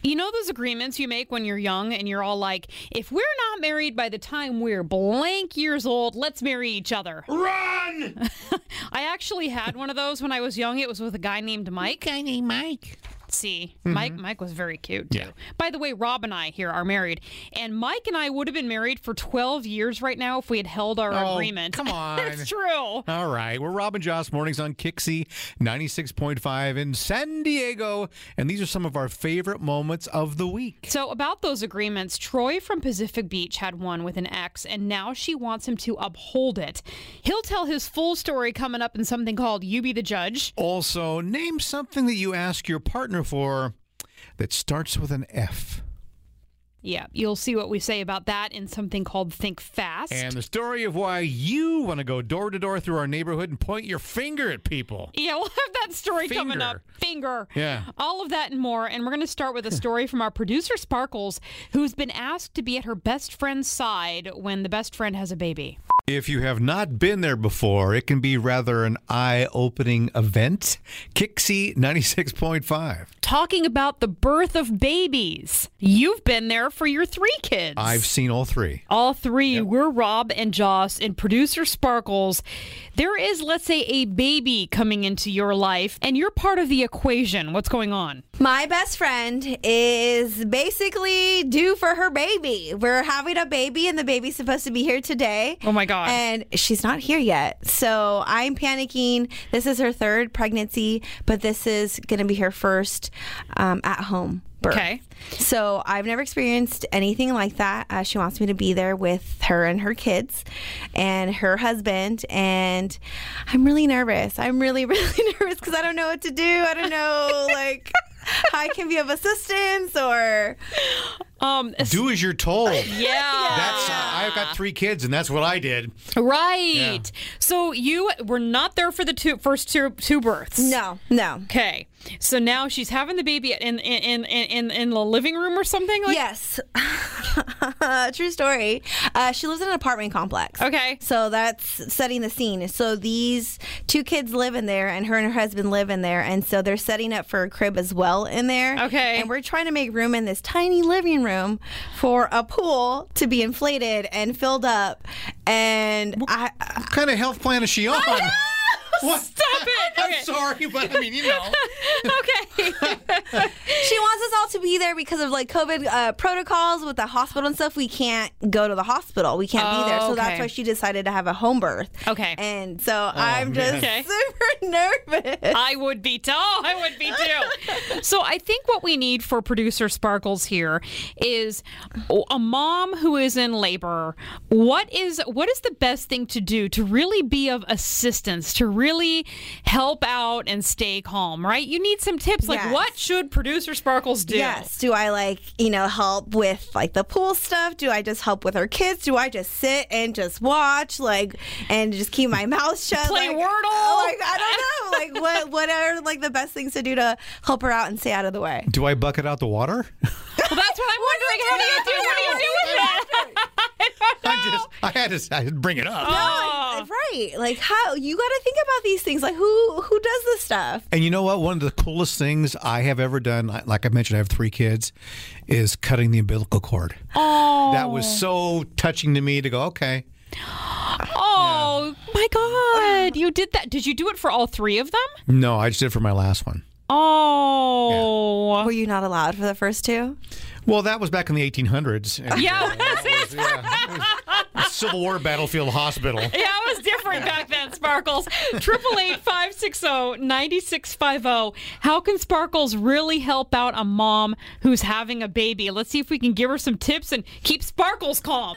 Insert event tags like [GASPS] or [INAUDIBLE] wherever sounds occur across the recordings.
You know those agreements you make when you're young and you're all like, if we're not married by the time we're blank years old, let's marry each other. Run! I actually had one of those when I was young. It was with a guy named Mike. Guy named Mike. See, Mike Mike was very cute too. Mm-hmm. Yeah. By the way, Rob and I here are married, and Mike and I would have been married for 12 years right now if we had held our Oh, agreement. [LAUGHS] come on. it's true. All right. We're Rob and Josh mornings on Kixie 96.5 in San Diego. And these are some of our favorite moments of the week. So, about those agreements, Troy from Pacific Beach had one with an ex, and now she wants him to uphold it. He'll tell his full story coming up in something called You Be the Judge. Also, name something that you ask your partner for that starts with an F. Yeah, you'll see what we say about that in something called Think Fast. And the story of why you want to go door to door through our neighborhood and point your finger at people. yeah, we'll have that story coming Finger. up. Finger. Yeah. All of that and more. And we're going to start with a story from our producer, Sparkles, who's been asked to be at her best friend's side when the best friend has a baby. If you have not been there before, it can be rather an eye opening event. Kixie 96.5. Talking about the birth of babies. You've been there for your three kids. I've seen all three. all three we're rob and joss and producer sparkles there is let's say a baby coming into your life and you're part of the equation what's going on My best friend is basically due for her baby. We're having a baby, and the baby's supposed to be here today. Oh my God. And she's not here yet. So I'm panicking. This is her third pregnancy, but this is going to be her first um, at home. Birth. Okay. So I've never experienced anything like that. Uh, she wants me to be there with her and her kids and her husband. And I'm really nervous. I'm really, [LAUGHS] really nervous because I don't know what to do. I don't know, like, how I can be of assistance or. um Do as you're [LAUGHS] told. yeah That's uh, I've got three kids, and that's what I did. right so you were not there for the two first two two births No, no. okay so now she's having the baby in in in in, in the living room or something like Yes. [LAUGHS] True story. Uh, she lives in an apartment complex. Okay. So that's setting the scene. So these two kids live in there, and her and her husband live in there. And so they're setting up for a crib as well in there. Okay. And we're trying to make room in this tiny living room for a pool to be inflated and filled up. And I. I What kind of health plan is she on? [LAUGHS] What? Stop it! Okay. I'm sorry, but I mean, [LAUGHS] you know. okay she wants us all to be there because of like COVID uh, protocols with the hospital and stuff. We can't go to the hospital. We can't Oh, be there. So okay. that's why she decided to have a home birth. Okay. And so I'm man. just Okay. super [LAUGHS] nervous. I would be too. Oh, I would be too. so I think what we need for producer Sparkles here is a mom who is in labor. What is what is the best thing to do to really be of assistance, to really help out and stay calm, right? You need some tips like Yes. what should producer Sparkles do? Yes. Do I like, you know, help with like the pool stuff? Do I just help with her kids? Do I just sit and just watch, like, and just keep my mouth shut? Play like, Wordle? Like, I don't know. Like, what, what are like the best things to do to help her out and stay out of the way? Do I bucket out the water? Well, that's what I'm wondering. What do you do? What do you do with that? [LAUGHS] I just, I had to, I had to bring it up. Oh. Right. Like how you got to think about these things. Like who who does this stuff? And you know what? One of the coolest things I have ever done, I- like I mentioned, I have three kids, is cutting the umbilical cord. Oh. That was so touching to me to go, okay. Oh my God! You did that. Did you do it for all three of them? No, I just did it for my last one. Oh. Were you not allowed for the first two? Well, that was back in the 1800s. [LAUGHS] and, Yeah, uh, it was, yeah, it was a Civil War battlefield hospital. Yeah, it was different back then, Sparkles. Triple eight five six zero ninety six five zero. How can Sparkles really help out a mom who's having a baby? Let's see if we can give her some tips and keep Sparkles calm.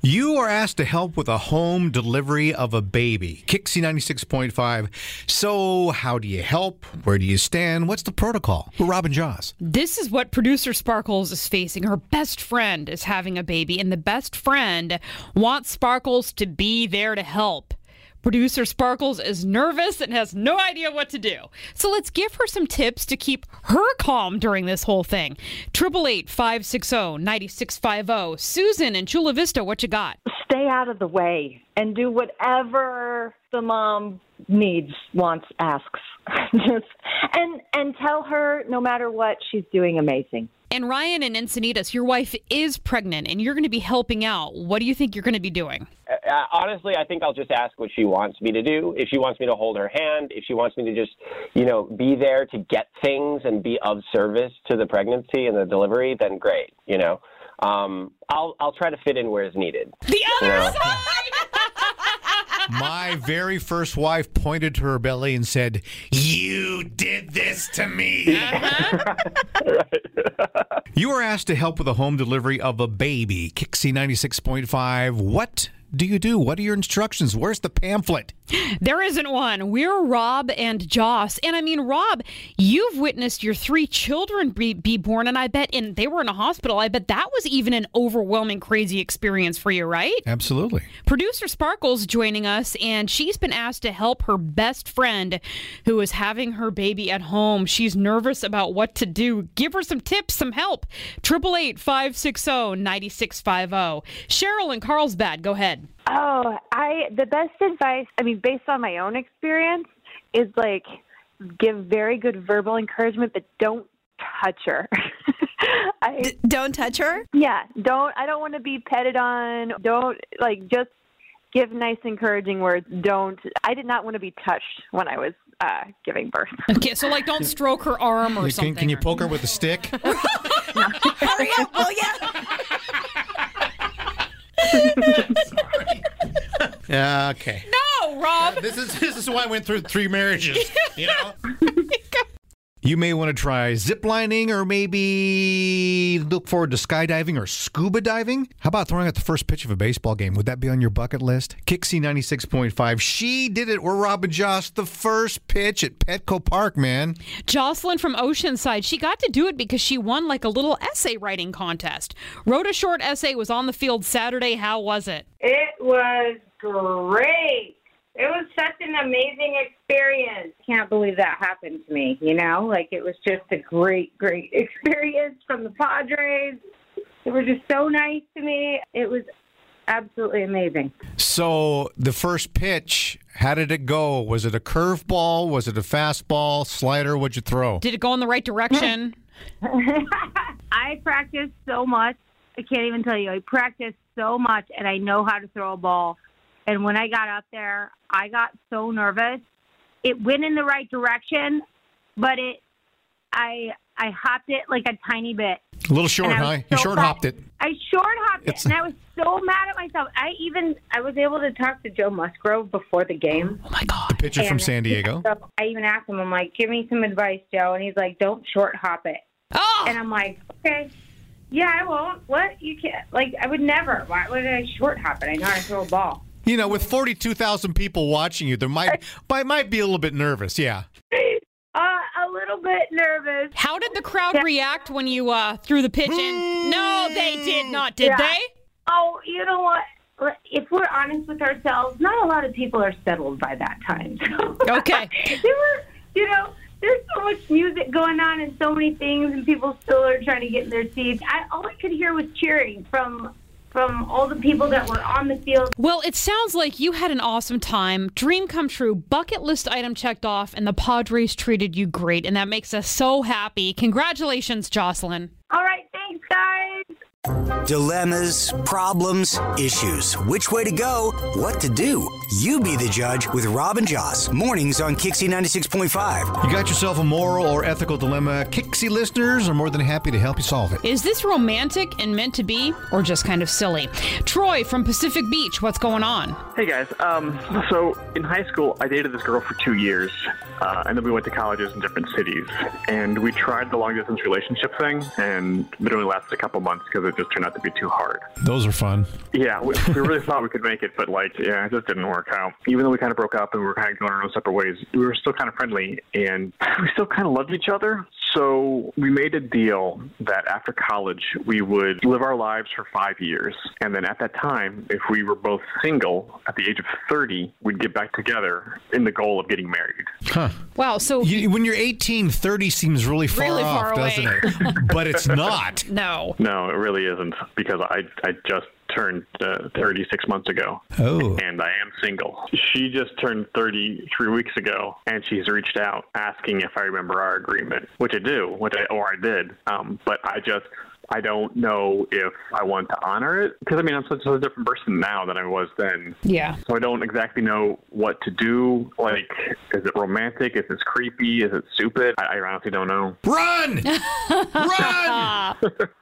You are asked to help with a home delivery of a baby. Kixie 96.5. So, how do you help? Where do you stand? What's the protocol? We're [LAUGHS] Robin Jaws. this is what producer Sparkles is facing. Her best friend is having a baby, and the best friend wants Sparkles to be there to help. Producer Sparkles is nervous and has no idea what to do. So let's give her some tips to keep her calm during this whole thing. 888 560 9650. oh. Susan in Chula Vista, what you got? stay out of the way and do whatever the mom needs, wants, asks. Just and and tell her no matter what, she's doing amazing. And Ryan and Encinitas, your wife is pregnant and you're going to be helping out. What do you think you're going to be doing? Uh, honestly, I think I'll just ask what she wants me to do. If she wants me to hold her hand, if she wants me to just, you know, be there to get things and be of service to the pregnancy and the delivery, then great. You know, um, I'll I'll try to fit in where is needed. The other Yeah. side! My very first wife pointed to her belly and said, You did this to me. Uh-huh. [LAUGHS] you were asked to help with the home delivery of a baby, Kixie 96.5. What do you do? What are your instructions? Where's the pamphlet? There isn't one. We're Rob and Joss. And I mean, Rob, you've witnessed your three children be, be born, and I bet in, they were in a hospital. I bet that was even an overwhelming, crazy experience for you, right? Absolutely. Producer Sparkle's joining us, and she's been asked to help her best friend who is having her baby at home. She's nervous about what to do. Give her some tips, some help. 888 560 9650. oh. Cheryl in Carlsbad, go ahead. Oh, I the best advice, I mean, based on my own experience, is like give very good verbal encouragement, but don't touch her. [LAUGHS] I Don't touch her. yeah, don't I don't want to be petted on. Don't like just give nice encouraging words. Don't I did not want to be touched when I was uh, giving birth. [LAUGHS] Okay, so like [LAUGHS] don't stroke her arm or Can, something. can you poke her with [LAUGHS] a stick? Hurry up, will ya? Yeah, okay. No, Rob! This is this is why I went through [LAUGHS] three marriages. You know. You may want to try ziplining or maybe look forward to skydiving or scuba diving. How about throwing out the first pitch of a baseball game? Would that be on your bucket list? Kixie 96.5. She did it. We're Robin Joss. The first pitch at Petco Park, man. Jocelyn from Oceanside, she got to do it because she won like a little essay writing contest. Wrote a short essay, was on the field Saturday. How was it? It was great. It was such an amazing experience. Can't believe that happened to me, you know? Like it was just a great, great [LAUGHS] experience from the Padres. They were just so nice to me. It was absolutely amazing. So the first pitch, how did it go? Was it a curveball? Was it a fastball? Slider? What'd you throw? Did it go in the right direction? [LAUGHS] I practiced so much. I can't even tell you. I practiced so much, and I know how to throw a ball. And when I got up there, I got so nervous. It went in the right direction, but it, I, I hopped it like a tiny bit. A little short, And I was huh? you so short mad. hopped it. I short hopped It's- it, and I was so mad at myself. I even I was able to talk to Joe Musgrove before the game. Oh my God. Pitcher from And San Diego. So I even asked him, I'm like, "Give me some advice, Joe," and he's like, "Don't short hop it." Oh! And I'm like, okay, yeah, I won't. What? You can't. Like, I would never. Why would I short hop it? I know how to throw a ball. [LAUGHS] You know, with forty-two thousand people watching you, there might I might be a little bit nervous. Yeah. Uh, a little bit nervous. How did the crowd react when you uh, threw the pitch in? No, they did not, did Yeah. they? Oh, you know what? If we're honest with ourselves, not a lot of people are settled by that time. [LAUGHS] Okay. there were, you know, there's so much music going on and so many things, and people still are trying to get in their seats. I, all I could hear was cheering from from all the people that were on the field. Well, it sounds like you had an awesome time. Dream come true. Bucket list item checked off, and the Padres treated you great, and that makes us so happy. Congratulations, Jocelyn. All right, thanks, guys. Dilemmas, problems, issues. Which way to go? What to do? You be the judge with Robin Joss. Mornings on Kixie 96.5. You got yourself a moral or ethical dilemma. Kixie listeners are more than happy to help you solve it. Is this romantic and meant to be, or just kind of silly? Troy from Pacific Beach, what's going on? Hey guys, um, so in high school, I dated this girl for two years, uh, and then we went to colleges in different cities. And we tried the long distance relationship thing, and it only lasted a couple months because it just turned out to be too hard. Those are fun. Yeah, we, we really thought we could make it, but like, yeah, it just didn't work out. Even though we kind of broke up and we were kind of going our own separate ways, we were still kind of friendly and [LAUGHS] we still kind of loved each other. So we made a deal that after college, we would live our lives for five years. And then at that time, if we were both single at the age of 30, we'd get back together in the goal of getting married. Wow, so You, when you're 18, 30 seems really far Really off, far [LAUGHS] doesn't away. it? but it's not. no. No, it really isn't because I, I just turned uh, 36 months ago. Oh. And I am single. She just turned 30 three weeks ago, and she's reached out asking if I remember our agreement, which I do, which I, or I did. Um, but I just. I don't know if I want to honor it because I mean I'm such a different person now than I was then. Yeah. So I don't exactly know what to do. Like, is it romantic? Is it creepy? Is it stupid? I, I honestly don't know. Run! Run! [LAUGHS]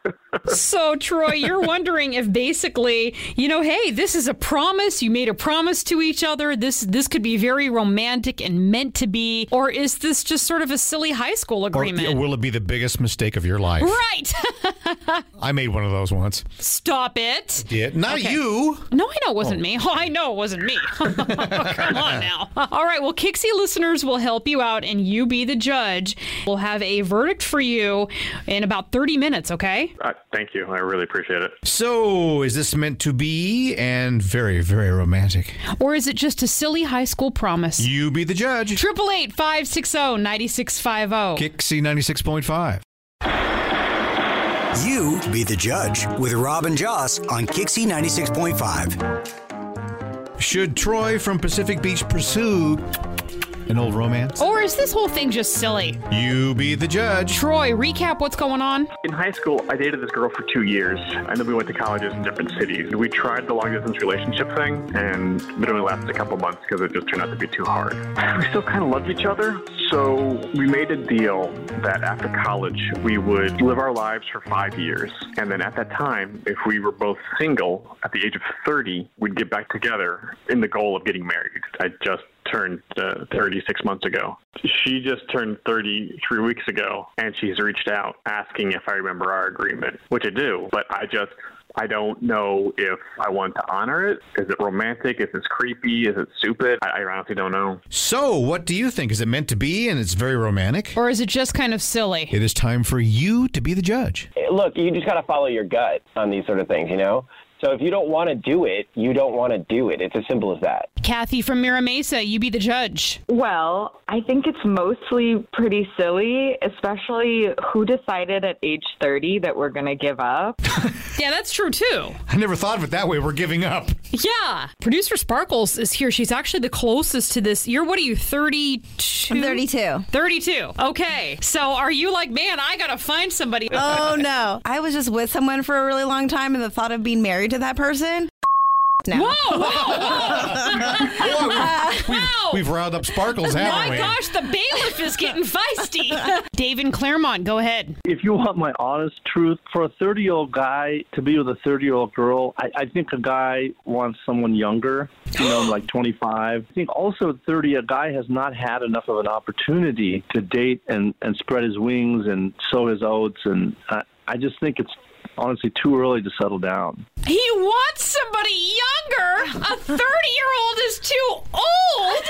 So, Troy, you're wondering if basically, you know, hey, this is a promise. You made a promise to each other. This this could be very romantic and meant to be, or is this just sort of a silly high school Or agreement? will it be the biggest mistake of your life? right. [LAUGHS] I made one of those once. Stop it. Yeah, not you. No, I know it wasn't me. [LAUGHS] Oh, I know it wasn't me. [LAUGHS] Come on now. [LAUGHS] All right. Well, Kixie listeners will help you out, and you be the judge. We'll have a verdict for you in about 30 minutes, okay? Uh, thank you. I really appreciate it. So, is this meant to be? And very, very romantic. Or is it just a silly high school promise? You be the judge. Triple eight five six zero ninety six five oh. zero. Kixie 96.5. You be the judge with Robin Joss on Kixie 96.5. Should Troy from Pacific Beach pursue an old romance? Or is this whole thing just silly? You be the judge. Troy, recap what's going on. In high school, I dated this girl for two years, and then we went to colleges in different cities. We tried the long distance relationship thing, and it only lasted a couple months because it just turned out to be too hard. [LAUGHS] We still kind of loved each other, so we made a deal that after college, we would live our lives for five years. And then at that time, if we were both single at the age of 30, we'd get back together in the goal of getting married. I just turned uh, 36 months ago. She just turned 30 three weeks ago, and she's reached out asking if I remember our agreement, which I do, but I just. I don't know if I want to honor it. Is it romantic? Is it creepy? Is it stupid? I, I honestly don't know. So, what do you think? Is it meant to be and it's very romantic? Or is it just kind of silly? It is time for you to be the judge. Look, you just got to follow your gut on these sort of things, you know? So if you don't want to do it, you don't want to do it. It's as simple as that. Kathy from Mira Mesa, you be the judge. Well, I think it's mostly pretty silly, especially who decided at age 30 that we're going to give up. Yeah, that's true too. I never thought of it that way. We're giving up. [LAUGHS] Yeah. Producer Sparkles is here. She's actually the closest to this. You're, what are you, [LAUGHS] 32? I'm 32. 32. Okay. So are you like, man, I got to find somebody? Oh no. I was just with someone for a really long time and the thought of being married to that person. [LAUGHS] Now. Whoa, whoa, [LAUGHS] whoa. wow. We've riled up sparkles, haven't My we? gosh, the bailiff is [LAUGHS] getting feisty. Dave in Claremont, go ahead. if you want my honest truth, for a 30 year old guy to be with a 30 year old girl, I, I think a guy wants someone younger, you know, like 25. I think also at 30, a guy has not had enough of an opportunity to date and, and spread his wings and sow his oats. And I, I just think it's honestly too early to settle down. He wants somebody younger. A 30 year old is too old.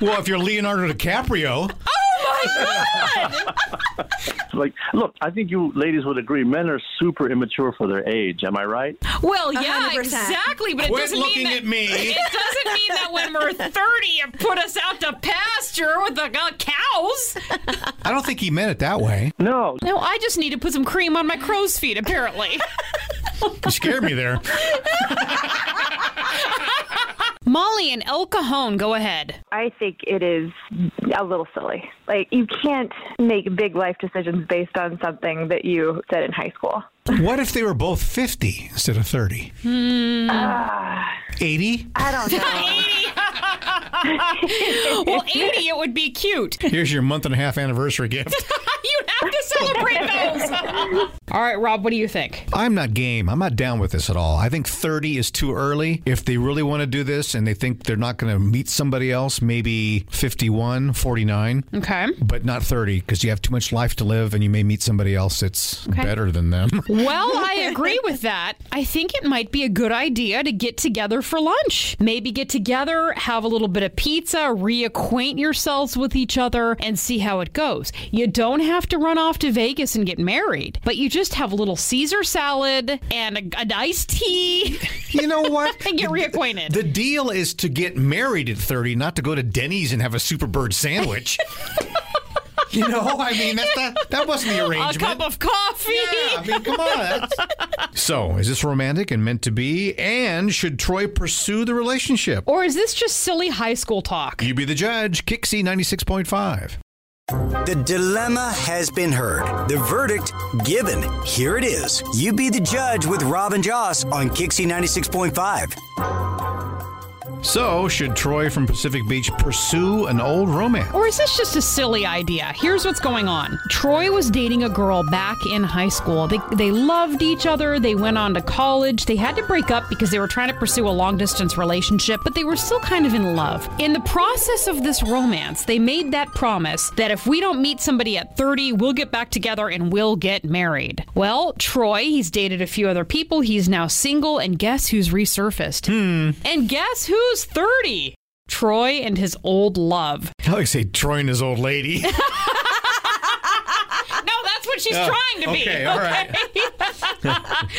Well, if you're Leonardo DiCaprio, Oh my God. Like, look, I think you ladies would agree men are super immature for their age. Am I right? Well, yeah, 100%. exactly. But it quit doesn't mean looking that. [LAUGHS] at me. It doesn't mean that when we're 30, you put us out to pasture with the uh, cows. I don't think he meant it that way. No, No, I just need to put some cream on my crow's feet, [LAUGHS] apparently. You scared me there. Molly and El Cajon, go ahead. I think it is a little silly. Like, you can't make big life decisions based on something that you said in high school. What if they were both 50 instead of 30? Hmm. 80? I don't know. 80. well, 80, it would be cute. [LAUGHS] Here's your month and a half anniversary gift. You'd have to celebrate [LAUGHS] those. All right, Rob, what do you think? [LAUGHS] I'm not game. I'm not down with this at all. I think 30 is too early. If they really want to do this and they think they're not going to meet somebody else, maybe 51, 49, Okay. but not 30 because you have too much life to live and you may meet somebody else that's better than them. Well, I agree with that. I think it might be a good idea to get together for lunch. Maybe get together, have a little bit of pizza, reacquaint yourselves with each other, and see how it goes. You don't have to run off to Vegas and get married, but you just have a little Caesar salad and a, an iced tea you know what? and get reacquainted. The deal is to get married at 30, not to go to Denny's and have a Superbird sandwich. You know, I mean, that's not, that wasn't the A arrangement. cup of coffee. Yeah, I mean, come on. that's- So, is this romantic and meant to be? And should Troy pursue the relationship? Or is this just silly high school talk? You be the judge. Kixie 96.5. The dilemma has been heard. The verdict given. Here it is. You be the judge with Robin Joss on Kixie 96.5. So, should Troy from Pacific Beach pursue an old romance? Or is this just a silly idea? Here's what's going on. Troy was dating a girl back in high school. They, they loved each other. They went on to college. They had to break up because they were trying to pursue a long distance relationship, but they were still kind of in love. In the process of this romance, they made that promise that if we don't meet somebody at 30, we'll get back together and we'll get married. Well, Troy, he's dated a few other people. He's now single, and guess who's resurfaced? And guess who's 30? Troy and his old love. I like to say Troy and his old [LAUGHS] lady. No, that's what she's Oh, trying to be. okay, all right. okay?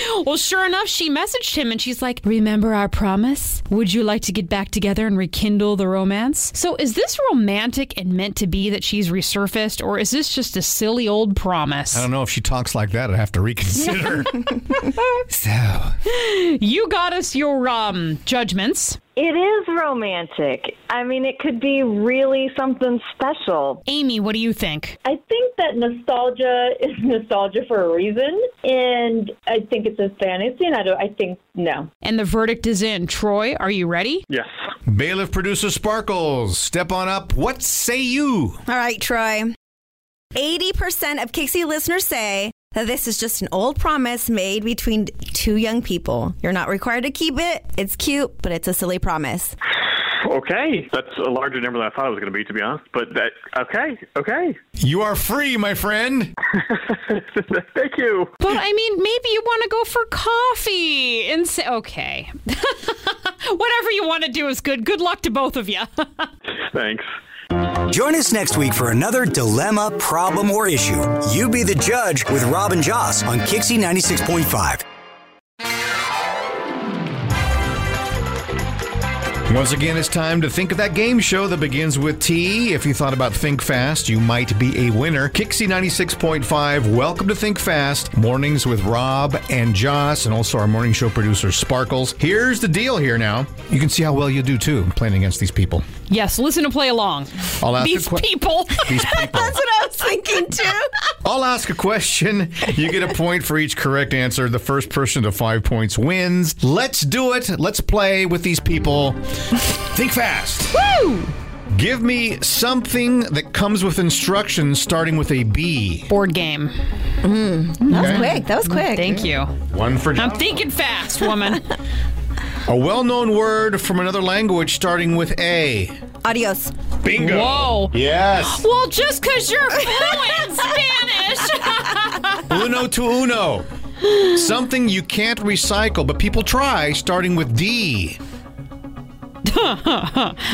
[LAUGHS] well, sure enough, she messaged him and she's like, Remember our promise? Would you like to get back together and rekindle the romance? So, is this romantic and meant to be that she's resurfaced, or is this just a silly old promise? I don't know if she talks like that. I'd have to [LAUGHS] reconsider. so, You got us your um, judgments. It is romantic. I mean, it could be really something special. Amy, what do you think? I think that nostalgia is [LAUGHS] nostalgia for a reason, and I think it's a fantasy, and I, don't, I think no. And the verdict is in. Troy, are you ready? Yes. bailiff producer Sparkles, step on up. What say you? All right, Troy. 80% of Kixie listeners say that this is just an old promise made between two young people. You're not required to keep it. It's cute, but it's a silly promise. Okay. That's a larger number than I thought it was going to be, to be honest. But that, okay, okay. [LAUGHS] You are free, my friend. Thank you. But I mean, maybe you want to go for coffee and say, okay. [LAUGHS] Whatever you want to do is good. Good luck to both of [LAUGHS] you. Thanks. Join us next week for another dilemma, problem, or issue. You be the judge with Robin Joss on Kixie 96.5. Once again, it's time to think of that game show that begins with T. If you thought about Think Fast, you might be a winner. Kixie 96.5, welcome to Think Fast. Mornings with Rob and Joss, and also our morning show producer, Sparkles. Here's the deal here now. You can see how well you do, too, playing against these people. yes, listen and play along. I'll ask These a que- people. [LAUGHS] These people. That's what I was thinking too. I'll ask a question. You get a point for each correct answer. The first person to five points wins. Let's do it. Let's play with these people. Think fast. Woo! Give me something that comes with instructions starting with a B. Board game. That was quick. That was quick. Thank you. One for I'm thinking fast, woman. a well-known word from another language starting with A. Adios. Bingo. Whoa. [LAUGHS] Yes. Well, just because you're fluent in Spanish. [LAUGHS] uno to uno. Something you can't recycle, but people try starting with D.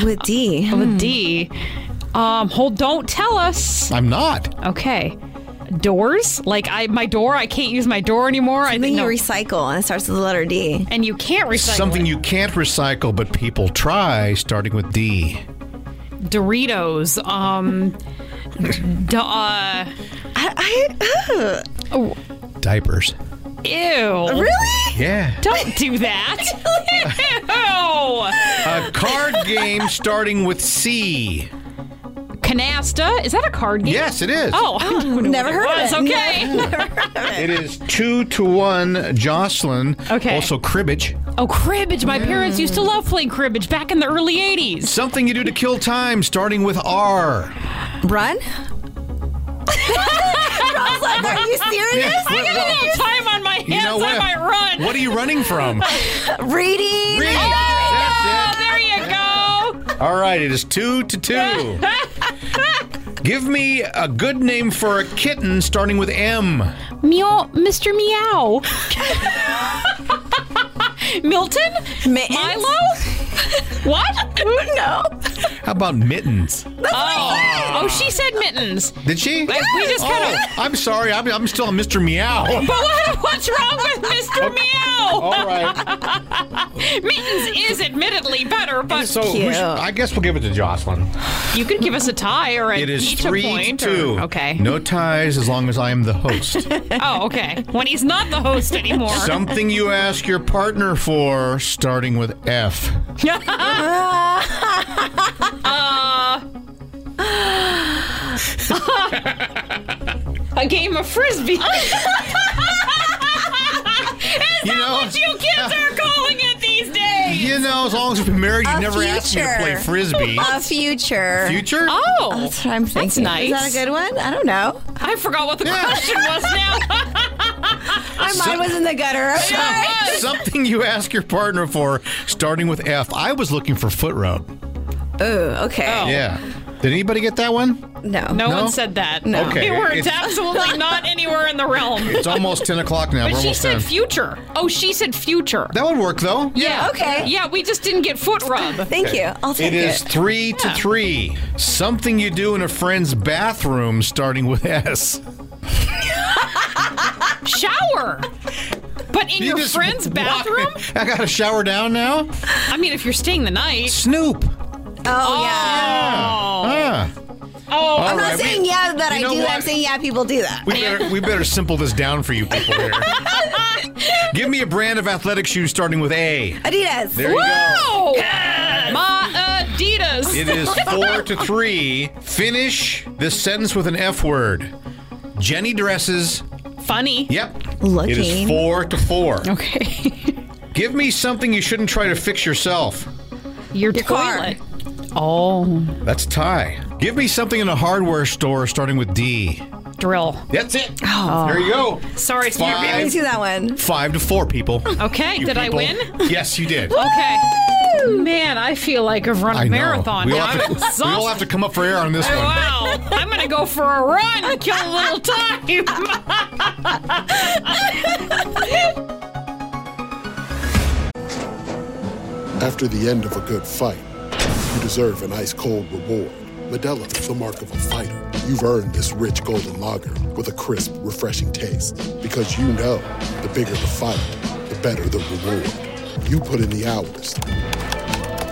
With D. With D. Um, hold, don't tell us. I'm not. Okay. Doors? Like I my door, I can't use my door anymore. I Then think you no. recycle and it starts with the letter D. and you can't recycle Something it. you can't recycle, but people try starting with D. Doritos, um, d- uh, I, uh, I Diapers. ew. really? Yeah. Don't [LAUGHS] do that. A [LAUGHS] card game starting with C. ew. Canasta? Is that a card game? Yes, it is. Oh, I don't know Never what heard of was. it. Okay. It is two to one Jocelyn. Okay. Also cribbage. Oh, cribbage. My parents used to love playing cribbage back in the early 80s. Something you do to kill time starting with R. Run? Rob's like, are you serious? Yeah. I got a little time on my hands. I might run. What are you running [LAUGHS] [LAUGHS] from? Reading. Read. Oh, That's it. there you go. All right, it is two [LAUGHS] to two. Give me a good name for a kitten starting with M. Meow, Mr. Meow. Milton? Mittens? Milo? What? no. How about mittens? Oh. oh, she said mittens. Did she? Like, we just kinda- Oh, I'm sorry. I'm, I'm still on Mr. Meow. But what, what's wrong with Mr. Meow? [LAUGHS] All right. Mittens is admittedly better, but So who should- I guess we'll give it to Jocelyn. you can give us a tie or a, It is each three a point. to two. Or, okay. No ties as long as I am [LAUGHS] the host. Oh, okay. When he's not the host anymore. [LAUGHS] Something you ask your partner for, starting with F. uh, [LAUGHS] a game of frisbee. [LAUGHS] is that You know- what you kids [LAUGHS] are calling it these days? You know, as long as we've been married, you never asked me to play frisbee. A future. Future? Oh, That's what I'm thinking. Is nice. that a good one? I don't know. I forgot what the Yeah. question was now. My mind was in the gutter. Okay. Something you ask your partner for, starting with F. I was looking for foot rub. Oh, okay. Yeah. Did anybody get that one? No. No, No? one said that. No. Okay, They were it's- [LAUGHS] absolutely not anywhere in the realm. It's almost 10 o'clock now. But We're she almost said done. future. Oh, she said future. that would work, though. yeah. okay. Yeah, we just didn't get foot rub. Thank you. I'll take It it. is three to three. Something you do in a friend's bathroom, starting with S. Shower. But in You your just friend's walk- bathroom? I got to shower down now. I mean, if you're staying the night. Snoop. Oh, yeah. Oh. Ah. Oh. All I'm right, not we- saying yeah that I you know do that. I'm what? saying yeah, people do that. We better, we better simple this down for you people here. Give me a brand of athletic shoes starting with A. Adidas. There you go. Whoa. My Adidas. It is four to three. Finish this sentence with an F word. Jenny dresses. Funny. Yep. It is Looking. four to four. Okay. Give me something you shouldn't try to fix yourself. [LAUGHS] Your, car. toilet. Oh. That's a tie. Give me something in a hardware store starting with D. Drill. That's it. There you go. Oh. Sorry, it's Five. I didn't see that one. Five to four, people. Okay, You did I people. win? Yes, you did. Okay. Man, I feel like I've run a I know. marathon We all, now. have I'm to, we exhausted. all have to come up for air on this one. Wow. I'm going to go for a run, kill a little time. After the end of a good fight, you deserve an ice cold reward. Medella is the mark of a fighter. You've earned this rich golden lager with a crisp, refreshing taste. Because you know the bigger the fight, the better the reward. You put in the hours,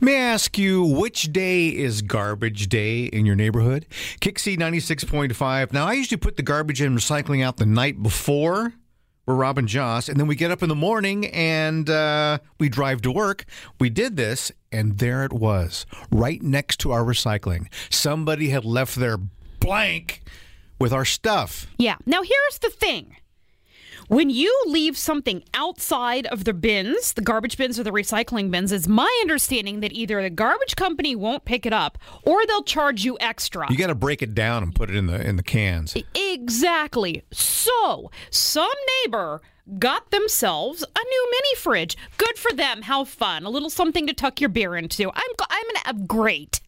May I ask you which day is garbage day in your neighborhood? Kixie 96.5. Now, I usually put the garbage and recycling out the night before. We're Robin Joss, and then we get up in the morning and uh, we drive to work. We did this, and there it was, right next to our recycling. Somebody had left their blank with our stuff. [LAUGHS] Yeah. Now, here's the thing when you leave something outside of the bins, the garbage bins or the recycling bins, it's my understanding that either the garbage company won't pick it up or they'll charge you extra. You got to break it down and put it in the in the cans. Exactly. So, some neighbor got themselves a new mini fridge. Good for them. How fun. A little something to tuck your beer into. I'm gl- I'm going to upgrade.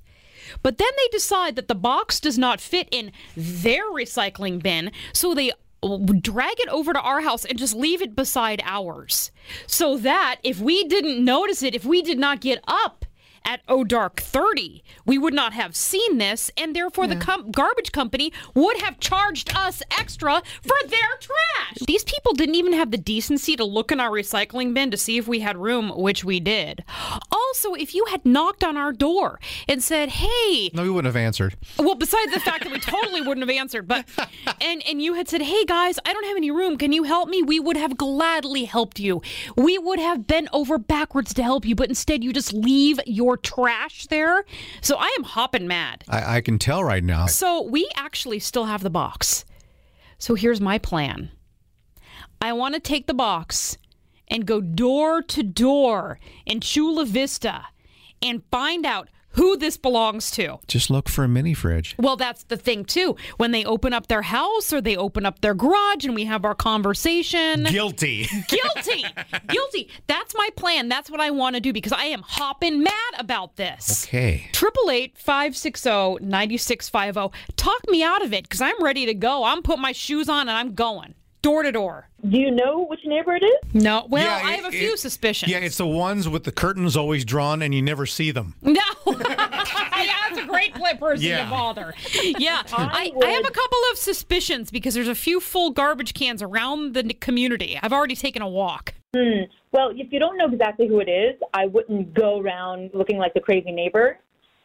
But then they decide that the box does not fit in their recycling bin, so they w- drag it over to our house and just leave it beside ours. So that if we didn't notice it, if we did not get up at O'Dark 30, we would not have seen this, and therefore the com- garbage company would have charged us extra for their trash. These people didn't even have the decency to look in our recycling bin to see if we had room, which we did. Also, if you had knocked on our door and said, hey, No, we wouldn't have answered. well, besides the fact that we totally wouldn't have answered, but and and you had said, "Hey guys, I don't have any room. Can you help me?" We would have gladly helped you. We would have bent over backwards to help you, but instead you just leave your trash there. So I am hopping mad. I, I can tell right now. So we actually still have the box. So here's my plan. I want to take the box and go door to door in Chula Vista and find out who this belongs to. Just look for a mini fridge. Well, that's the thing too. When they open up their house or they open up their garage and we have our [LAUGHS] conversation. Guilty. Guilty. Guilty. That's my plan. That's what I want to do because I am hopping mad about this. Okay. Triple eight five six zero ninety six five zero. Talk me out of it because I'm ready to go. I'm putting my shoes on and I'm going door to door. Do you know which neighbor it is? No. Well, I have a few suspicions. Yeah, it's the ones with the curtains always drawn and you never see them. No. [LAUGHS] yeah, that's a great pla- person Yeah. to bother. [LAUGHS] Yeah. I, I have a couple of suspicions because there's a few full garbage cans around the n- community. I've already taken a walk. Hmm. Well, if you don't know exactly who it is, I wouldn't go around looking like the crazy neighbor.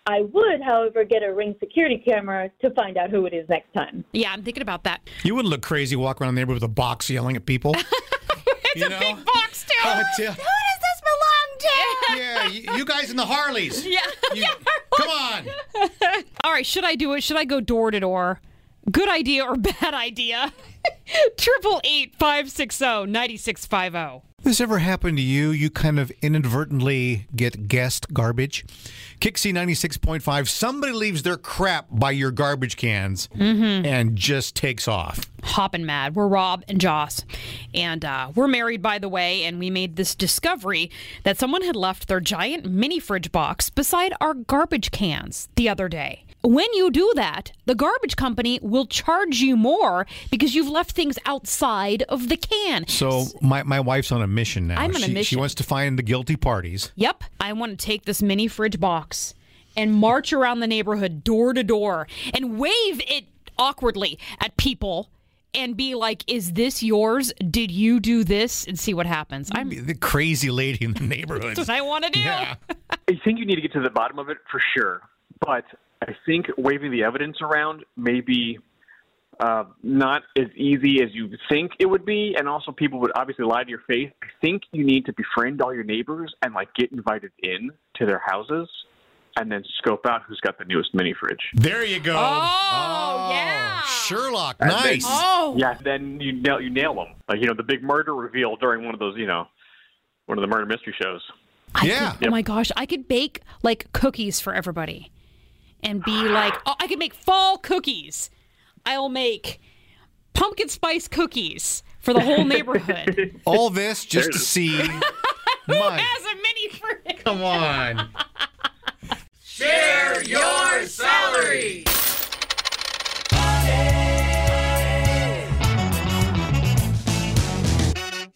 I would, however, get a ring security camera to find out who it is next time. Yeah, I'm thinking about that. You wouldn't look crazy walking around the neighborhood with a box yelling at people. [LAUGHS] it's a big box, too. Oh, dear. Who does this belong to? yeah, you, you guys in the Harleys. [LAUGHS] Yeah. Come on. All right, should I do it? Should I go door to door? Good idea or [LAUGHS] bad idea? Triple eight five six zero ninety six five oh. zero. This ever happened to you? You kind of inadvertently get guest garbage. Kixie 96.5. Somebody leaves their crap by your garbage cans Mm-hmm. and just takes off. hopping mad. We're Rob and Joss, and uh, we're married, by the way. And we made this discovery that someone had left their giant mini fridge box beside our garbage cans the other day. When you do that, the garbage company will charge you more because you've left things outside of the can. So my, my wife's on a mission now. I'm on a she, She mission. wants to find the guilty parties. Yep, I want to take this mini fridge box and march around the neighborhood door to door and wave it awkwardly at people and be like, "Is this yours? Did you do this?" and see what happens. I'm The crazy lady in the neighborhood. That's [LAUGHS] what [LAUGHS] I want to do. I think you need to get to the bottom of it for sure, but I think waving the evidence around may be uh, not as easy as you think it would be, and also people would obviously lie to your face. I think you need to befriend all your neighbors and like get invited in to their houses, and then scope out who's got the newest mini fridge. There you go. Oh, yeah. Oh. Sherlock, And then- nice. Yeah, then you nail you nail them. Like you know the big murder reveal during one of those you know one of the murder mystery shows. yeah. Oh my gosh, I could bake like cookies for everybody and be like, oh, I could make fall cookies. I'll make pumpkin spice cookies for the whole neighborhood. All this just [LAUGHS] to see. my As a mini fridge. Come on. Share your salary.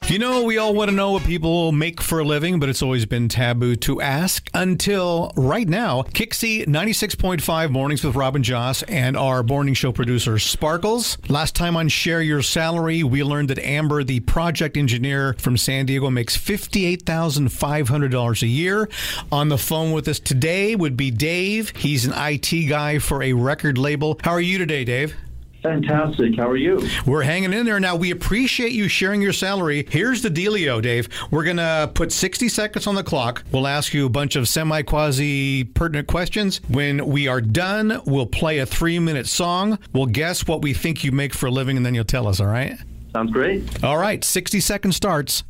You know, we all want to know what people make for a living, but it's always been taboo to ask until right now. Kixie 96.5 Mornings with Robin Joss and our morning show producer, Sparkles. Last time on Share Your Salary, we learned that Amber, the project engineer from San Diego, makes $58,500 a year. On the phone with us today would be Dave. He's an IT guy for a record label. How are you today, Dave? Fantastic. How are you? We're hanging in there now. We appreciate you sharing your salary. Here's the dealio, Dave. We're going to put 60 seconds on the clock. We'll ask you a bunch of semi quasi pertinent questions. When we are done, we'll play a three minute song. We'll guess what we think you make for a living, and then you'll tell us, all right? Sounds great. All right, 60 seconds starts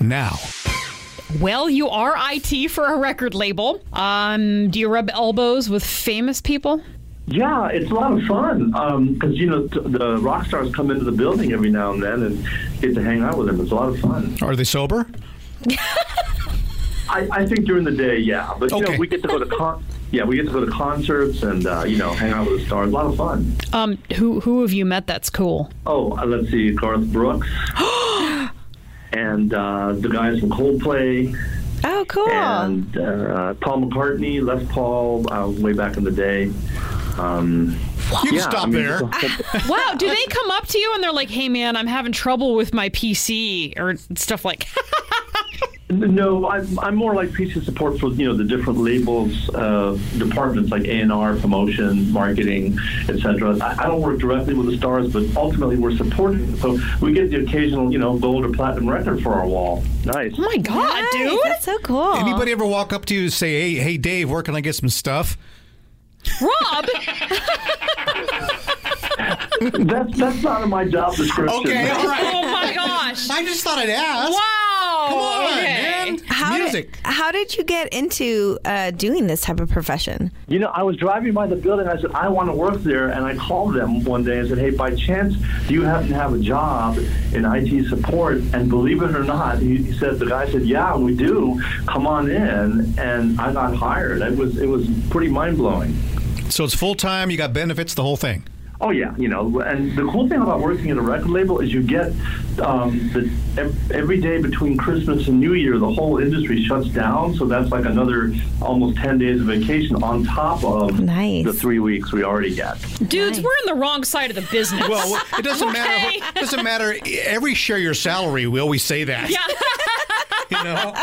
now. Well, you are IT for a record label. Um, do you rub elbows with famous people? Yeah, it's a lot of fun because you know t- the rock stars come into the building every now and then and get to hang out with them. It's a lot of fun. Are they sober? I, I think during the day, yeah, but you Okay. know we get to go to con- yeah we get to go to concerts and uh, you know hang out with the stars. A lot of fun. Um, who who have you met that's cool? Oh, uh, let's see, Garth Brooks and uh, the guys from Coldplay. Oh, cool. [LAUGHS] And uh, Paul McCartney, Les Paul, uh, way back in the day. Um, You can yeah, stop I mean, there. just a- wow, do they come up to you and they're like, "Hey, man, I'm having trouble with my PC" or stuff like? No, I'm, I'm more like piece of support for you know the different labels, uh, departments like A and R, promotion, marketing, etc. I, I don't work directly with the stars, but ultimately we're supporting. So we get the occasional you know gold or platinum record for our wall. Nice. Oh my god, dude, that's so cool. Anybody ever walk up to you and say, "Hey, hey, Dave, where can I get some stuff?" [LAUGHS] Rob, that's that's not in my job description. [LAUGHS] Okay, all right. Oh my gosh. I just thought I'd ask. Wow. Come on, okay. man. How Music. Did, how did you get into uh, doing this type of profession? You know, I was driving by the building. I said, I want to work there. And I called them one day and said, Hey, by chance, do you happen to have a job in IT support? And believe it or not, he, he said, the guy said, Yeah, we do. Come on in. And I got hired. It was it was pretty mind blowing. So it's full time. You got benefits, the whole thing. Oh yeah, you know, and the cool thing about working at a record label is you get um, the, ev- every day between Christmas and New Year, the whole industry shuts down. So that's like another almost ten days of vacation on top of the three weeks we already get. dudes, we're in the wrong side of the business. Well, it doesn't matter. Okay? It doesn't matter. Every share your salary. We always say that. [LAUGHS] Yeah. You know. [LAUGHS]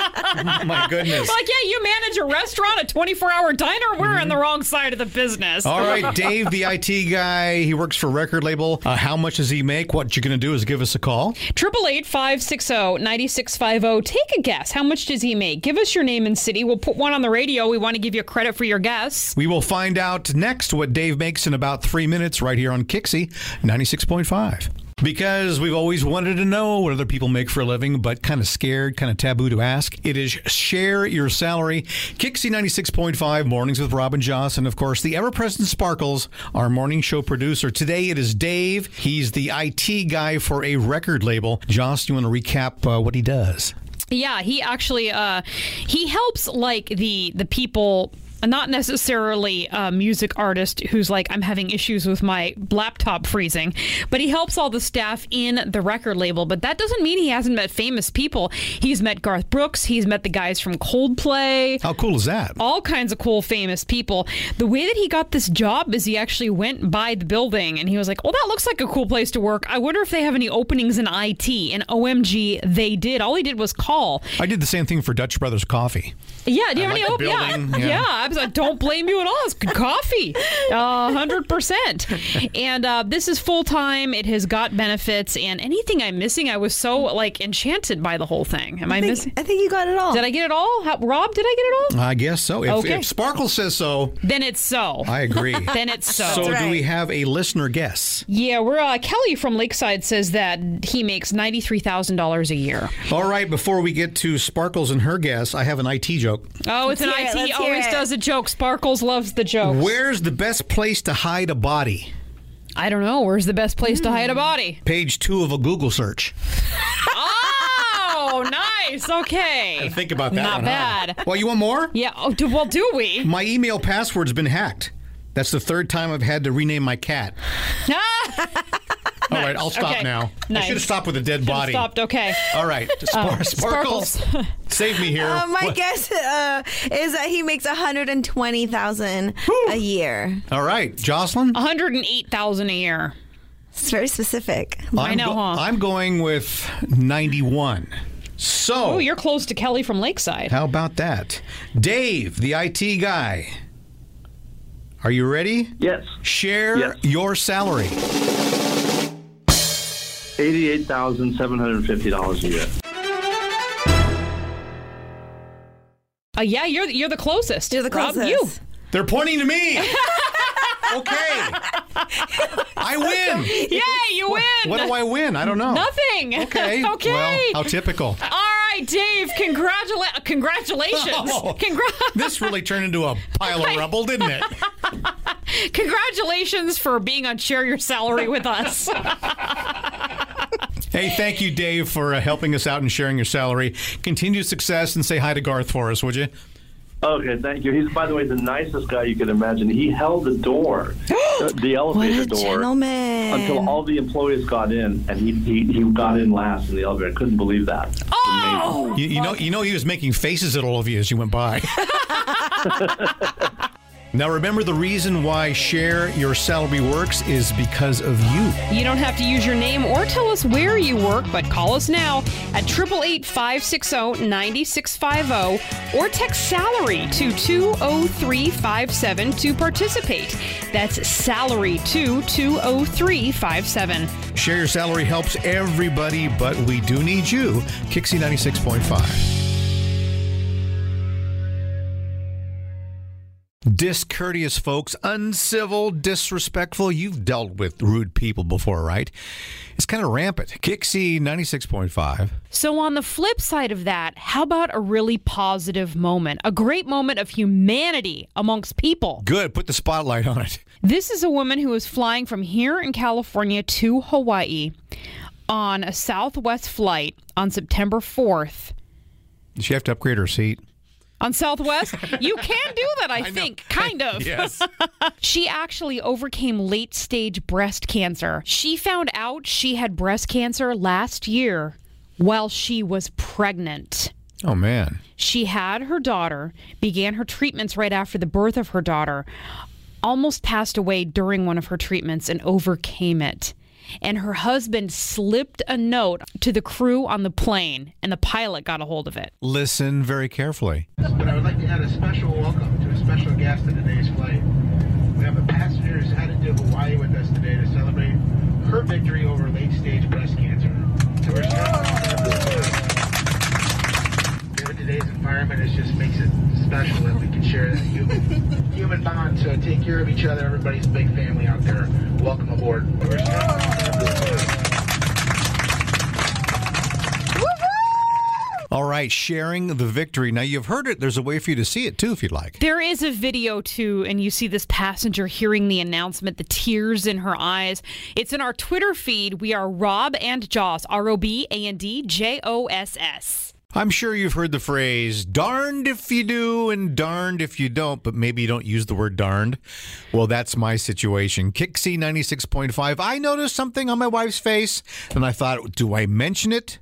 My goodness. Like, yeah, you manage a restaurant, a 24 hour diner. We're in the wrong side of the business. All right, Dave, the IT guy. He works for a record label. Uh, how much does he make? What you're going to do is give us a call. Triple eight five six zero ninety six five zero. Take a guess. How much does he make? Give us your name and city. We'll put one on the radio. We want to give you credit for your guess. We will find out next what Dave makes in about three minutes right here on Kixie 96.5. Because we've always wanted to know what other people make for a living, but kind of scared, kind of taboo to ask. It is Share Your Salary. Kixie 96.5, Mornings with Robin Joss. And of course, the ever present Sparkles, our morning show producer. Today it is Dave. He's the IT guy for a record label. Joss, you want to recap uh, what he does? Yeah, he actually uh, he helps like the the people. Not necessarily a music artist who's like, I'm having issues with my laptop freezing, but he helps all the staff in the record label. But that doesn't mean he hasn't met famous people. He's met Garth Brooks, he's met the guys from Coldplay. How cool is that? All kinds of cool, famous people. The way that he got this job is he actually went by the building and he was like, Well, that looks like a cool place to work. I wonder if they have any openings in IT. And OMG, they did. All he did was call. I did the same thing for Dutch Brothers Coffee. Yeah, do you I have any like the op- building, Yeah, yeah. yeah. I was like, don't blame you at all. It's good coffee, [LAUGHS] hundred percent. And uh, this is full time. It has got benefits. And anything I'm missing, I was so like enchanted by the whole thing. Am I, missing? I think you got it all. Did I get it all? How- Rob, did I get it all? I guess so. If, Okay. if Sparkle says so, then it's so. I agree. [LAUGHS] then it's so. So, do we have a listener guess? Yeah, we're uh, Kelly from Lakeside says that he makes ninety three thousand dollars a year. All right, before we get to Sparkles and her guess, I have an IT joke. Oh, it's Let's an hear it, IT. let's hear always it. does a joke. Sparkles loves the joke. Where's the best place to hide a body? I don't know. Where's the best place to Hmm. hide a body? Page two of a Google search. [LAUGHS] Oh, nice. Okay. [LAUGHS] Think about that. Not one, huh? bad. Well, you want more? Yeah. Oh, do, well, do [LAUGHS] we? [LAUGHS] My email password's been hacked. That's the third time I've had to rename my cat. Ah, All right, I'll stop Okay. now. I Nice. should have stopped with a dead Should've body. stopped. Okay. [LAUGHS] All right, Spar- Uh, Sparkles, Sparkles. Oh, save [LAUGHS] me here. Uh, my What- guess uh, is that he makes one hundred and twenty thousand a year. All right, Jocelyn. One hundred and eight thousand a year. It's very specific. I'm go- I'm going with 91. So, Oh, you're close to Kelly from Lakeside. how about that? Dave, the IT guy. Are you ready? Yes. Share Yes. your salary. Eighty-eight thousand seven hundred fifty dollars a year. Uh, yeah, you're you're the closest. You're the Rob, you. [LAUGHS] closest. They're pointing to me. okay. I win. Yay, you win. What do I win? I don't know. Nothing. [LAUGHS] Okay. [LAUGHS] okay. Well, how typical. All right, Dave. Congratula- congratulations. [LAUGHS] Oh. Congra- This really turned into a pile [LAUGHS] of rubble, didn't it? congratulations for being on Share Your Salary with us. Hey, thank you, Dave, for uh, helping us out and sharing your salary. Continued success and say hi to Garth for us, would you? Okay, thank you. He's, by the way, the nicest guy you could imagine. He held the [GASPS] door, the, the elevator What a door, gentleman. until all the employees got in, and he, he, he got in last in the elevator. I couldn't believe that. Oh, No! You, you know, you know, he was making faces at all of you as you went by. now remember, the reason why Share Your Salary works is because of you. You don't have to use your name or tell us where you work, but call us now at 888 560 9650 or text salary to 203572 to participate. That's salary to 203572. Share Your Salary helps everybody, but we do need you. Kixie ninety six point five. Discourteous folks, uncivil, disrespectful. You've dealt with rude people before, right? It's kind of rampant. Kixie 96.5. So, on the flip side of that, how about a really positive moment? A great moment of humanity amongst people. Good. Put the spotlight on it. This is a woman who is flying from here in California to Hawaii on a Southwest flight on September 4th. Does she have to upgrade her seat? On Southwest, you can do that, I, think, kind of. Yes. she actually overcame late stage breast cancer. She found out she had breast cancer last year while she was pregnant. [LAUGHS] Oh, man. She had her daughter, began her treatments right after the birth of her daughter, almost passed away during one of her treatments and overcame it. And her husband slipped a note to the crew on the plane, and the pilot got a hold of it. Listen very carefully. But I would like to add a special welcome to a special guest in today's flight. We have a passenger who's headed to Hawaii with us today to celebrate her victory over late stage breast cancer. To her strong- Given today's environment, it just makes it special that we can share that human, human bond. So take care of each other. Everybody's a big family out there. Welcome aboard. To her strong- All right, sharing the victory. Now, you've heard it. There's a way for you to see it, too, if you'd like. There is a video too, and you see this passenger hearing the announcement, the tears in her eyes. It's in our Twitter feed. We are Rob and Joss, R O B A N D J O S S. I'm sure you've heard the phrase darned if you do and darned if you don't, but maybe you don't use the word darned. Well, that's my situation. Kixie 96.5. I noticed something on my wife's face, and I thought, do I mention it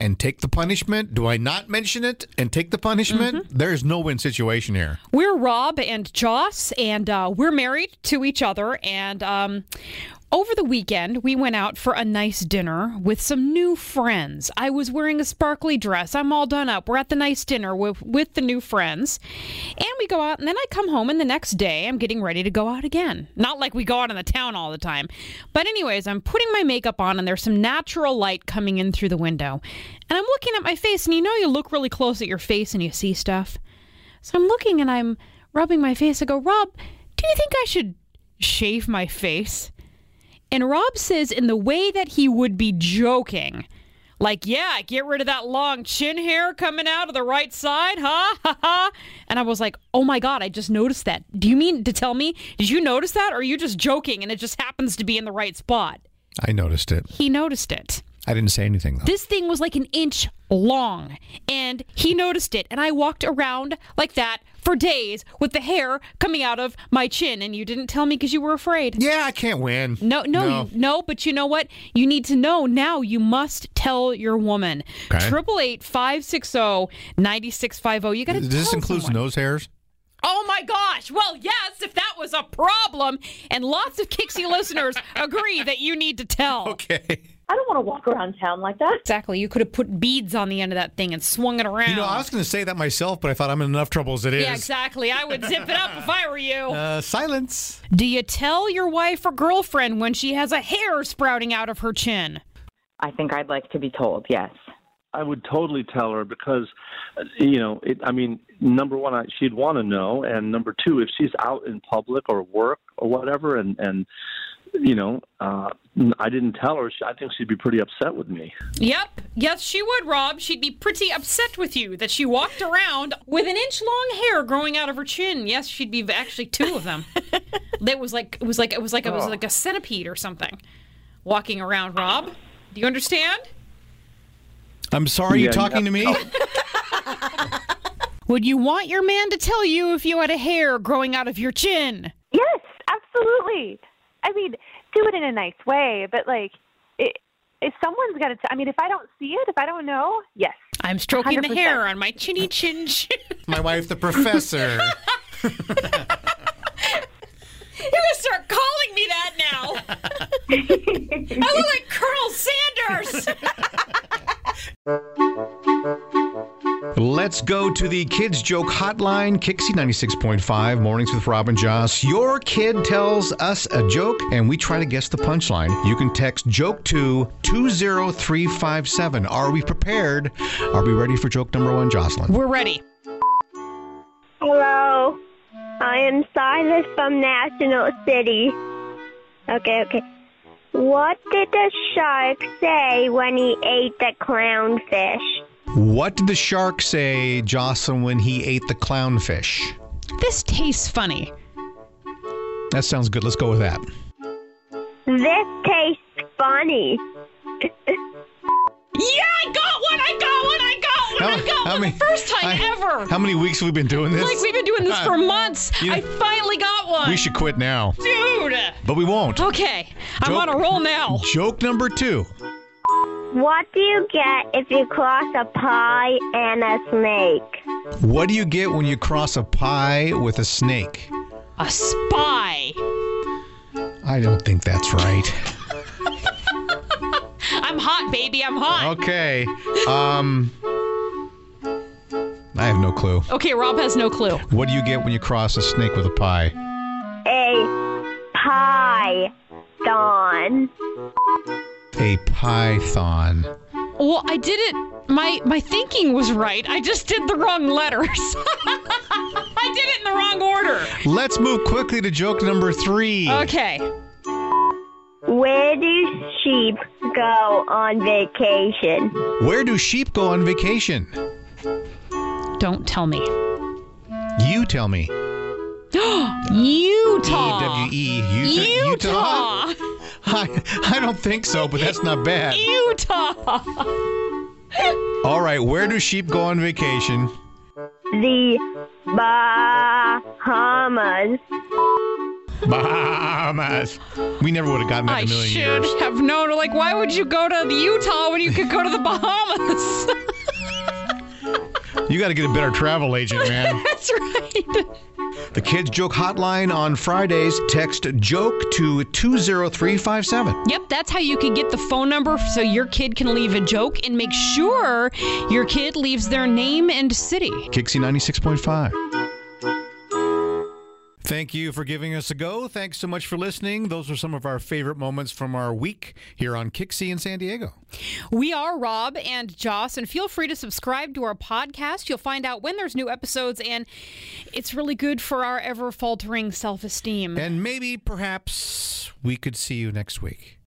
and take the punishment? Do I not mention it and take the punishment? There's no win situation here. We're Rob and Joss, and uh, we're married to each other. And um, over the weekend, we went out for a nice dinner with some new friends. I was wearing a sparkly dress. I'm all done up. We're at the nice dinner with, with the new friends. And we go out, and then I come home, and the next day, I'm getting ready to go out again. Not like we go out in the town all the time. But, anyways, I'm putting my makeup on, and there's some natural light coming in through the window. And I'm looking at my face, and you know, you look really close at your face and you see stuff. So I'm looking and I'm rubbing my face. I go, Rob, do you think I should shave my face? And Rob says, in the way that he would be joking, like, yeah, get rid of that long chin hair coming out of the right side, huh? [LAUGHS] Ha ha. And I was like, oh my God, I just noticed that. Do you mean to tell me? Did you notice that? Or are you just joking and it just happens to be in the right spot? I noticed it. He noticed it. I didn't say anything, though. This thing was like an inch long, and he noticed it, and I walked around like that for days with the hair coming out of my chin, and you didn't tell me because you were afraid. Yeah, I can't win. No, no, No. no, no but you know what? You need to know now. You must tell your woman. Okay. Triple eight five six zero ninety six five zero. You got to Does tell this include someone. nose hairs? Oh my gosh! Well, yes, if that was a problem, and lots of Kixie listeners agree that you need to tell. Okay. I don't want to walk around town like that. Exactly. You could have put beads on the end of that thing and swung it around. You know, I was going to say that myself, but I thought I'm in enough trouble as it is. yeah, exactly. I would zip it up if I were you. [LAUGHS] Uh, silence. Do you tell your wife or girlfriend when she has a hair sprouting out of her chin? I think I'd like to be told, yes. I would totally tell her because, uh, you know, it, I mean, number one, I, she'd want to know, and number two, if she's out in public or work or whatever, and and you know, uh, I didn't tell her, she, I think she'd be pretty upset with me. Yep. Yes, she would, Rob. She'd be pretty upset with you that she walked around with an inch long hair growing out of her chin. Yes, she'd be actually two of [LAUGHS] them. that was like it was like it was like it was Oh. like a centipede or something walking around, Rob. Do you understand? I'm sorry Yeah, you talking to me? Would you want your man to tell you if you had a hair growing out of your chin? Yes, absolutely. I mean, do it in a nice way, but like, it, if someone's got to. I mean, if I don't see it, if I don't know, yes. I'm stroking the 100%. hair on my chinny [LAUGHS] chin chin. [LAUGHS] My wife, the professor. You're gonna start calling me that now. [LAUGHS] I look like Colonel Sanders. Let's go to the Kids Joke Hotline, Kixie 96.5, Mornings with Robin Joss. Your kid tells us a joke and we try to guess the punchline. You can text joke to 20357. Are we prepared? Are we ready for joke number one, Jocelyn? We're ready. Hello. I am Silas from National City. Okay, okay. What did the shark say when he ate the clownfish? What did the shark say, Jocelyn, when he ate the clownfish? This tastes funny. That sounds good. Let's go with that. This tastes funny. Yeah, I got one. I got one. I got one. I got one. many- the first time I- ever. How many weeks have we been doing this? Like we've been doing this for Uh, months. you- I finally got one. We should quit now. Dude. But we won't. Okay, I'm on a roll now. Joke number two. What do you get if you cross a pie and a snake? What do you get when you cross a pie with a snake? A spy. I don't think that's right. I'm hot, baby. I'm hot. Okay. Um I have no clue. Okay, Rob has no clue. What do you get when you cross a snake with a pie? A pie don. A python. Well, I did it. My my thinking was right. I just did the wrong letters. [LAUGHS] I did it in the wrong order. Let's move quickly to joke number 3. Okay. Where do sheep go on vacation? Where do sheep go on vacation? Don't tell me. You tell me. Utah. E W E Utah. [LAUGHS] Utah. I, I don't think so, but that's not bad. Utah. All right, where do sheep go on vacation? [LAUGHS] The Bahamas. Bahamas. We never would have gotten that I in a million should years. have known. Like, why would you go to the Utah when you could go to the Bahamas? [LAUGHS] You got to get a better travel [LAUGHS] agent, man. That's right. the Kids Joke Hotline on Fridays. Text joke to 20357. Yep, that's how you could get the phone number so your kid can leave a joke and make sure your kid leaves their name and city. Kixie 96.5. Thank you for giving us a go. Thanks so much for listening. Those are some of our favorite moments from our week here on Kixie in San Diego. We are Rob and Joss, and feel free to subscribe to our podcast. You'll find out when there's new episodes, and it's really good for our ever faltering self esteem. And maybe, perhaps, we could see you next week.